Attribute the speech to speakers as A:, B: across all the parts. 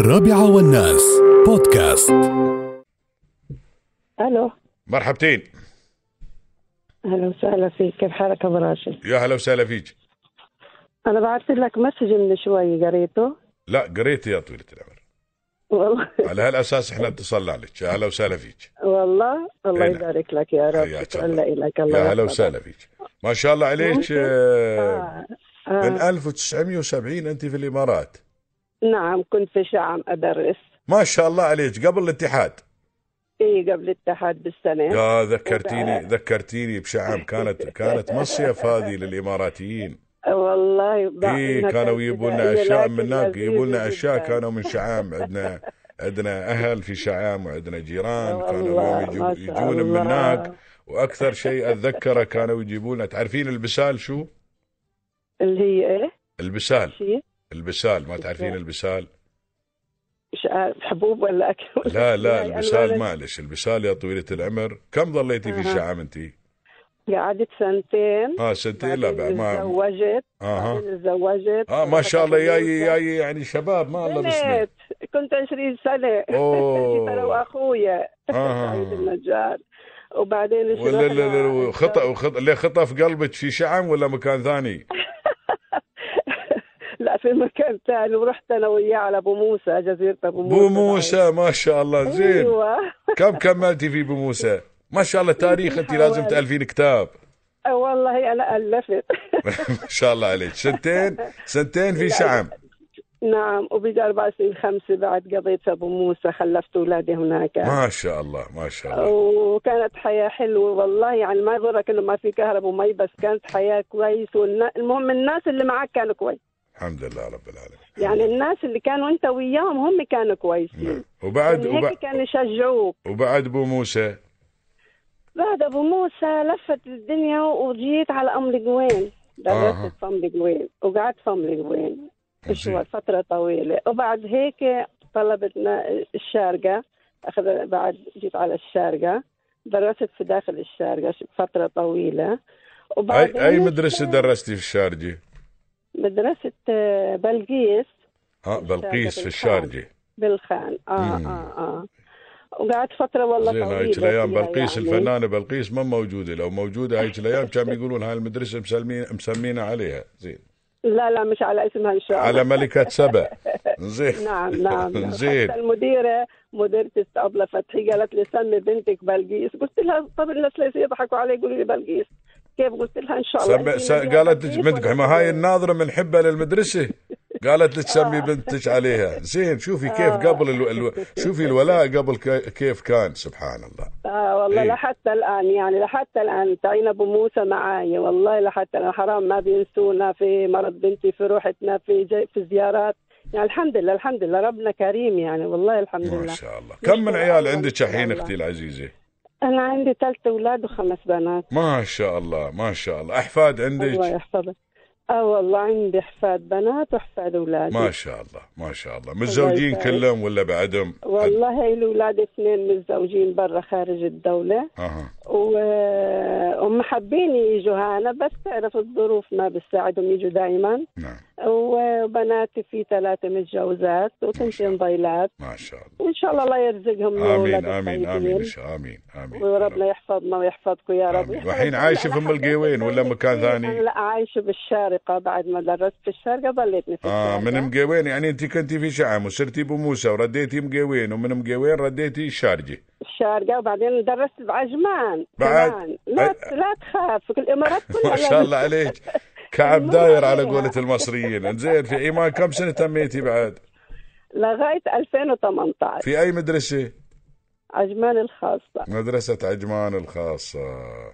A: الرابعة والناس بودكاست
B: الو
C: مرحبتين
B: اهلا وسهلا فيك كيف حالك ابو راشد؟
C: يا هلا وسهلا فيك
B: انا بعثت لك مسج من شوي قريته
C: لا قريت يا طويلة العمر
B: والله
C: على هالاساس احنا اتصلنا عليك يا هلا وسهلا فيك
B: والله الله
C: هلا.
B: يبارك لك يا رب
C: حياك
B: شكرا
C: الله.
B: لك الله
C: يا هلا
B: يحفظك.
C: وسهلا فيك ما شاء الله عليك
B: ممكن؟
C: آه،
B: آه.
C: من
B: آه.
C: 1970 انت في الامارات
B: نعم كنت في شعب ادرس
C: ما شاء الله عليك قبل الاتحاد
B: اي قبل الاتحاد بالسنه
C: يا ذكرتيني ذكرتيني بشعم كانت كانت مصيف هذه للاماراتيين
B: والله بعد ما
C: اي إيه، كانوا
B: كان
C: يجيبوا
B: إلى
C: لنا اشياء
B: لكن
C: من هناك
B: لذيذ
C: يجيبوا لنا
B: جداً.
C: اشياء كانوا من شعام عندنا عندنا اهل في شعام وعندنا جيران كانوا
B: والله،
C: يجيبوا-
B: ما شاء
C: يجون من
B: الله.
C: هناك واكثر شيء اتذكره كانوا يجيبوا لنا تعرفين البسال شو؟
B: اللي هي ايه
C: البسال
B: شيء
C: البسال ما تعرفين البسال؟
B: مش عارف حبوب ولا اكل
C: لا لا
B: يعني
C: البسال
B: أنا
C: معلش البسال يا طويلة العمر كم ظليتي في
B: أها.
C: شعام انت؟
B: قعدت سنتين
C: اه سنتين لا بعد ما
B: تزوجت
C: اها
B: تزوجت
C: اه ما شاء الله جاي جاي يعني شباب ما الله بسمه
B: بنت كنت 20 سنة
C: أوه.
B: كنت انا واخويا
C: آه.
B: سعيد النجار وبعدين
C: ولا لا
B: رحنا-
C: لا خطأ وخطأ ليه خطأ في قلبك في شعم ولا مكان ثاني؟
B: لا في مكان ثاني ورحت انا وياه على ابو موسى جزيرة ابو موسى
C: بو موسى ما شاء الله زين
B: ايوه
C: كم كملتي في بو موسى؟ ما شاء الله تاريخ انت لازم
B: حوالي.
C: تألفين كتاب
B: أه، والله انا الفت
C: ما شاء الله عليك سنتين سنتين في
B: لا.
C: شعم
B: نعم وبيجي اربع سنين خمسة بعد قضيت في ابو موسى خلفت اولادي هناك
C: ما شاء الله ما شاء الله
B: وكانت حياة حلوة والله يعني ما يضرك انه ما في كهرب ومي بس كانت حياة كويس والمهم الناس اللي معك كانوا كويس
C: الحمد لله رب العالمين
B: يعني الناس اللي كانوا انت وياهم هم كانوا كويسين
C: نعم. وبعد
B: من هيك
C: وبعد
B: كانوا يشجعوك
C: وبعد بو موسى
B: بعد ابو موسى لفت الدنيا وجيت على ام قوين
C: آها.
B: درست فم قوين وقعدت فم قوين
C: زين.
B: شوي فترة طويلة وبعد هيك طلبتنا الشارقة أخذ بعد جيت على الشارقة درست في داخل الشارقة ش- فترة طويلة وبعدين
C: اي اي مدرسه درستي في الشارجه؟
B: مدرسة آه، بلقيس
C: ها بلقيس في الشارجه
B: بالخان اه
C: مم.
B: اه اه وقعدت فترة والله
C: زين
B: طويلة
C: هايك الايام
B: فيها
C: بلقيس
B: يعني.
C: الفنانه بلقيس ما موجوده لو موجوده هايك الايام كانوا يقولون هاي المدرسه مسمين مسمينا عليها زين
B: لا لا مش على اسمها إن شاء الله
C: على ملكة سبا زين
B: نعم نعم نعم.
C: زين.
B: حتى المديرة مديرة الطبلة فتحي قالت لي سمي بنتك بلقيس قلت لها طب الناس ليش يضحكوا علي يقولوا لي بلقيس كيف قلت لها ان شاء الله
C: سب... س...
B: اسمي بنتك
C: قالت لك
B: بلقيس
C: بنتك
B: ولا
C: ما هاي
B: بلقيس؟
C: الناظرة من حبها للمدرسة قالت لك سمي بنتك عليها زين شوفي كيف
B: آه.
C: قبل الو... الو... شوفي الولاء قبل ك... كيف كان سبحان الله
B: اه والله
C: إيه.
B: لحتى الان يعني لحتى الان تعين ابو موسى معاي والله لحتى الان حرام ما بينسونا في مرض بنتي في روحتنا في جي في زيارات يعني الحمد لله الحمد لله ربنا كريم يعني والله الحمد
C: ما
B: لله
C: شاء الله كم من
B: مشكلة
C: عيال
B: أول
C: عندك
B: إن شاء
C: الحين
B: الله.
C: اختي العزيزة
B: انا عندي ثلاث اولاد وخمس بنات
C: ما شاء الله ما شاء الله احفاد
B: الله
C: عندك
B: يحفظك اه والله عندي حفاد بنات وحفاد اولاد
C: ما شاء الله ما شاء الله متزوجين
B: يسعدك.
C: كلهم ولا بعدهم
B: والله الاولاد اثنين متزوجين برا خارج الدوله
C: اها
B: و- ومحبين يجوا هنا بس تعرف الظروف ما بتساعدهم يجوا دائما
C: نعم
B: وبناتي في ثلاثه متجوزات وثنتين ضيلات
C: ما شاء الله
B: وان شاء الله الله يرزقهم من أولاد
C: امين امين امين
B: الطيبين.
C: إن شاء- امين امين
B: وربنا يحفظنا ويحفظكم يا رب
C: آمين.
B: ويحفظ
C: وحين عايشة في أم القيوين ولا مكان ثاني؟
B: أنا لا عايشه بالشارقه بعد ما درست في الشارقه ضليتني في
C: اه
B: الشارقه
C: من مقاوين يعني انت كنتي في شعم وصرتي بموسى ورديتي مقاوين ومن مقاوين رديتي الشارجه
B: الشارقة وبعدين درست بعجمان
C: بعد-
B: كمان. لا لا تخاف الامارات كلها يعني
C: ما شاء الله عليك كعب
B: المهم يعني
C: داير على
B: عليها.
C: قولة المصريين انزين في ايمان كم سنه تميتي بعد
B: لغايه 2018
C: في اي مدرسه
B: عجمان الخاصه
C: مدرسه عجمان الخاصه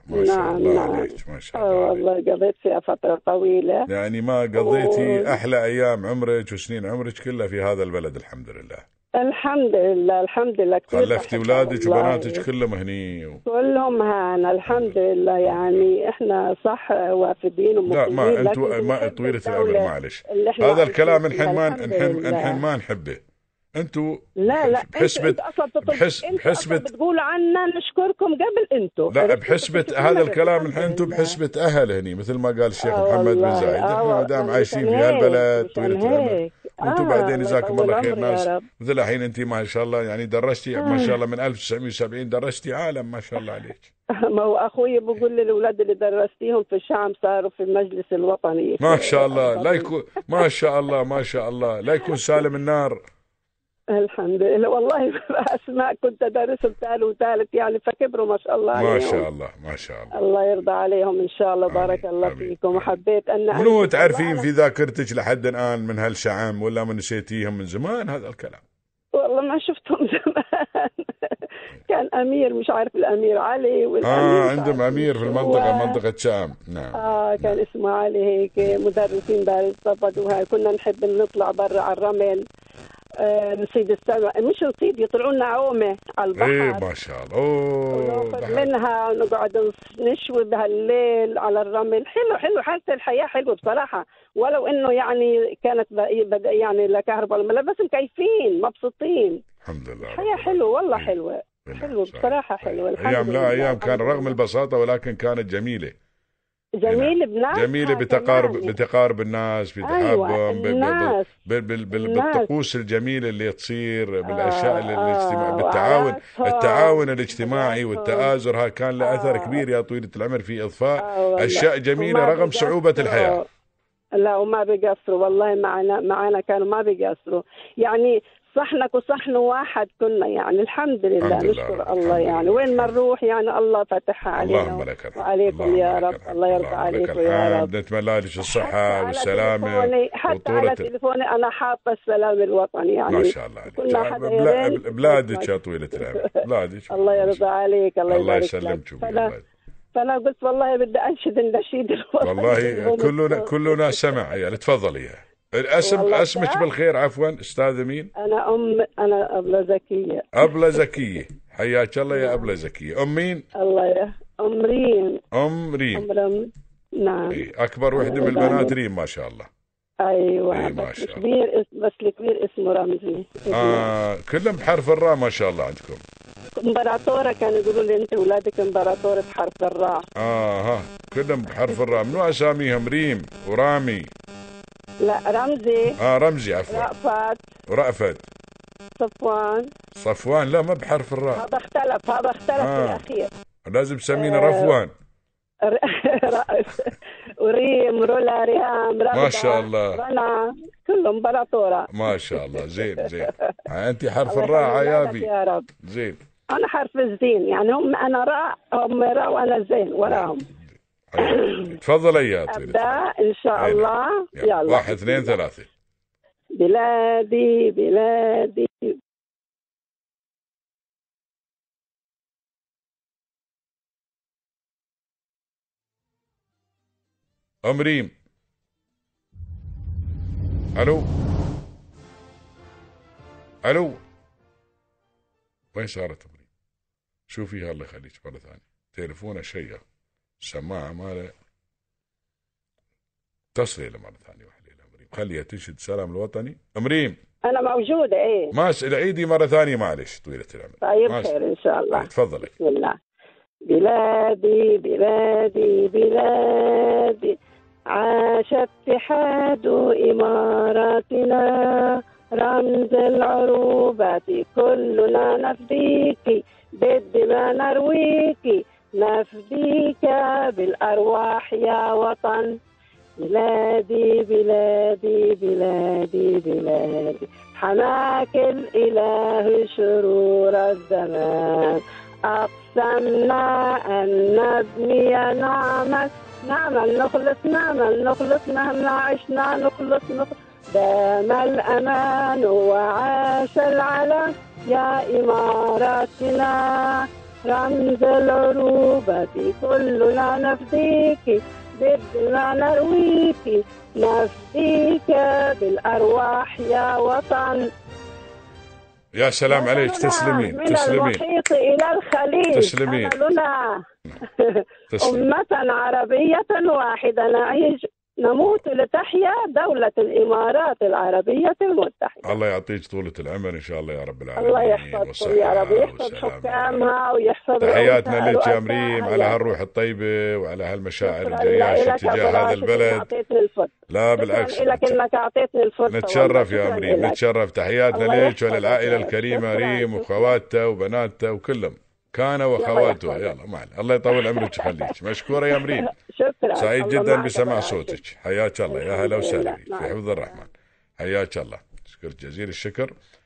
C: ما شاء
B: نعم،
C: الله
B: نعم.
C: عليك ما شاء
B: آه
C: الله عليك.
B: والله قضيت فيها فتره طويله
C: يعني ما
B: أوه.
C: قضيتي احلى ايام عمرك وسنين عمرك كلها في هذا البلد الحمد لله
B: الحمد لله الحمد لله كثير
C: خلفتي
B: بحبها
C: اولادك
B: والله.
C: وبناتك كلهم هني و...
B: كلهم هانا الحمد لله يعني احنا صح وافدين ومقيمين
C: لا ما انت
B: لكن
C: ما
B: بنحب
C: طويله الامر
B: الدولة
C: معلش
B: اللي إحنا
C: هذا
B: عايشين
C: الكلام
B: فيها،
C: نحن ما
B: يعني الحمد
C: نحن
B: لله.
C: نحن ما نحبه انتوا
B: لا لا أنت-
C: بحسبة
B: أنت أصلاً بتطل-
C: بحس-
B: أنت أصلاً
C: بحسبة-
B: بتقول عنا نشكركم قبل انتوا
C: لا
B: عرفت؟
C: بحسبة
B: بتشكرونا
C: هذا
B: قبل.
C: الكلام
B: الحمد
C: نحن انتوا
B: لله.
C: بحسبة اهل هني مثل ما قال الشيخ
B: آه
C: محمد بن
B: والله،
C: زايد
B: آه
C: احنا ما دام
B: والله،
C: عايشين في
B: مشان هيك،
C: هالبلد طويله
B: مشان
C: الامر
B: هيك.
C: وانتم
B: آه،
C: بعدين
B: الله
C: جزاكم
B: يطول
C: الله خير
B: عمرك يا
C: ناس
B: رب.
C: مثل الحين انت ما شاء الله يعني درستي ما
B: آه.
C: شاء الله من 1970 درستي عالم ما شاء الله عليك
B: ما هو اخوي بقول لي الاولاد اللي درستيهم في الشام صاروا في المجلس الوطني
C: ما شاء الله لا يكون ما شاء الله ما شاء الله لا يكون سالم النار
B: الحمد لله والله اسماء كنت ادرسهم ثاني وثالث يعني فكبروا ما شاء الله
C: ما
B: عليهم.
C: شاء الله ما شاء الله
B: الله يرضى عليهم ان شاء الله
C: آمين،
B: بارك الله
C: آمين.
B: فيكم حبيت ان
C: منو
B: أنشد
C: تعرفين
B: وأنا-
C: في ذاكرتك لحد الان من هالشعام ولا من نسيتيهم من زمان هذا الكلام
B: والله ما شفتهم زمان كان امير مش عارف الامير علي والامير
C: اه
B: مش
C: عندهم
B: عارف
C: امير في
B: شو.
C: المنطقه منطقه شام نعم
B: اه كان اسمه علي هيك مدرسين دار الصفد وهاي كنا نحب نطلع برا على الرمل آه نصيد السمك مش نصيد يطلعوا لنا عومه على
C: ايه
B: البحر
C: ما شاء الله اوه
B: وناخذ
C: بحر.
B: منها ونقعد نص- نشوي بهالليل على الرمل حلو حلو حالة الحياة حلوة بصراحة ولو انه يعني كانت بق- بد- يعني لا كهرباء ولا بس مكيفين مبسوطين
C: الحمد لله
B: حياة
C: رب
B: حلوة والله
C: إيه.
B: حلوة
C: العالمين.
B: حلوة
C: صحيح.
B: بصراحة حلوة الحمد
C: ايام
B: لله.
C: لا ايام كان
B: الحمد
C: رغم
B: لله.
C: البساطه ولكن كانت جميله
B: جميل آه، بناسها
C: جميله إيه. بتقارب
B: كمان.
C: بتقارب الناس
B: ايوه
C: بتحابهم ب- ب-
B: الناس
C: بال- بال- بال-
B: الناس.
C: بالطقوس الجميله اللي تصير
B: آه،
C: بالاشياء اللي-
B: آه،
C: الاجتماع بالتعاون
B: وعلاقتهم.
C: التعاون الاجتماعي
B: وعلاقتهم.
C: والتآزر ها كان له اثر
B: آه.
C: كبير يا طويله العمر في اضفاء
B: آه، والله.
C: اشياء جميله
B: وما آه،
C: رغم
B: بيقصروا.
C: صعوبه الحياه
B: لا وما بيقصروا والله معنا معنا كانوا ما بيقصروا يعني صحنك وصحن واحد كنا يعني الحمد لله
C: الحمد لله رب،
B: نشكر
C: الحمد
B: الله
C: لله.
B: يعني وين ما نروح يعني الله فتحها علينا
C: اللهم لك الحمد
B: وعليكم يا
C: اللهم لك
B: رب
C: الحمد.
B: الله يرضى
C: اللهم لك
B: عليكم يا رب
C: الحمد. نتمنى لك
B: حتى على
C: الصحه والسلامه
B: تليفوني- حتى
C: وطولة
B: على تليفوني انا حاطه السلام الوطني يعني
C: ما شاء الله عليك
B: كل ما حدا
C: بلا-
B: يرن-
C: بلادك يا طويله العمر بلادك
B: الله يرضى عليك الله,
C: الله
B: يبارك لك.
C: يسلمك وياك.
B: فأنا-
C: الله-
B: فانا قلت والله بدي انشد النشيد الوطني
C: والله
B: بالغنى.
C: كلنا كلنا سمع يا تفضلي يا اسم
B: والله
C: اسمك
B: تعال.
C: بالخير عفوا استاذه مين؟
B: انا ام انا ابله زكيه
C: ابله زكيه حياك الله
B: نعم.
C: يا ابله زكيه ام مين؟
B: الله يا ام ريم
C: ام ريم
B: ام رم نعم
C: إي، اكبر وحده
B: الله
C: من البنات
B: يبارك.
C: ريم ما شاء الله
B: ايوه
C: إيه، ما
B: بس
C: شاء الله.
B: الكبير اس- بس الكبير اسمه رمزي
C: آه كلهم بحرف الراء ما شاء الله عندكم
B: امبراطوره كانوا يقولوا لي انت اولادك امبراطوره بحرف الراء
C: اه ها كلهم بحرف الراء منو اساميهم ريم ورامي
B: لا رمزي
C: اه رمزي عفوا
B: رأفت
C: ورأفت
B: صفوان
C: صفوان لا ما بحرف الراء
B: هذا اختلف هذا اختلف
C: آه.
B: في الاخير
C: لازم تسمينا
B: آه،
C: رفوان
B: ر- رأس وريم رولا ريهام رغدة
C: ما شاء الله.
B: رنا كله امبراطوره
C: ما شاء الله زين زين آه، انت حرف
B: الله
C: الراء
B: يخلي أولادك
C: عيابي
B: يا رب
C: زين
B: انا حرف الزين يعني هم انا راء هم راء وانا زين وراهم
C: تفضل يا
B: ابدا
C: طويلة
B: ان شاء
C: أين؟
B: الله يلا
C: أيوة. واحد اثنين ثلاثة
B: بلادي بلادي
C: أم ريم ألو ألو وين صارت أم ريم؟ شوفيها الله يخليك مرة ثانية تليفونه شيء السماعة ماله اتصلي له مرة ثانية واحدة إلى أم ريم خليها تنشد سلام الوطني أم ريم
B: انا موجوده ايه
C: ما أسأل عيدي مرة ثانية معلش طويلة العمر
B: طيب
C: ماشي.
B: خير ان شاء الله
C: تفضلي
B: بسم الله بلادي بلادي بلادي عاش اتحاد إماراتنا رمز العروبة كلنا نفديك بالدماء نرويك نفديك بالأرواح يا وطن بلادي بلادي بلادي بلادي حماك الإله شرور الزمان أقسمنا أن نبني نعما نعمل نخلص نعمل نخلص مهما عشنا نخلص نخلص دام الأمان وعاش العلم يا إماراتنا رمز العروبة كلنا نفديك بدنا نرويك نفديك بالأرواح يا وطن
C: يا سلام عليك
B: أملنا
C: تسلمين
B: من
C: تسلمين
B: المحيط إلى الخليج
C: تسلمين.
B: أملنا
C: تسلمين
B: أمة عربية واحدة نعيش نموت لتحيا دولة الإمارات العربية المتحدة
C: الله يعطيك طولة العمر إن شاء الله يا رب العالمين
B: الله يحفظكم يا رب يحفظ حكامها ويحفظ
C: تحياتنا
B: رؤوسها-
C: لك يا
B: رؤساءها يا
C: مريم على
B: رب.
C: هالروح الطيبة وعلى هالمشاعر
B: شكراً
C: الجياشة
B: لك يا
C: تجاه
B: أبو
C: هذا
B: راشد إنك
C: البلد
B: أعطيتني الفرصة
C: لا بالعكس
B: شكرا لك انك اعطيتني الفرصه
C: نتشرف
B: والله.
C: يا
B: شكراً
C: مريم
B: لك.
C: نتشرف تحياتنا
B: الله
C: لك
B: يحفظك
C: وللعائلة
B: يا رب.
C: الكريمة
B: شكراً،
C: ريم
B: شكراً.
C: وخواتها وبناتها وكلهم كان وخواتها
B: يحفظك.
C: يلا ما عليه. الله يطول عمرك ويخليك مشكورة يا مريم
B: شكرا
C: سعيد
B: الله معك
C: جدا
B: يا
C: بسماع
B: أبو راشد.
C: صوتك حياك الله يا
B: الحمد
C: هلا وسهلا
B: لله.
C: فيك في
B: نعم.
C: حفظ الرحمن حياك الله شكر جزيل الشكر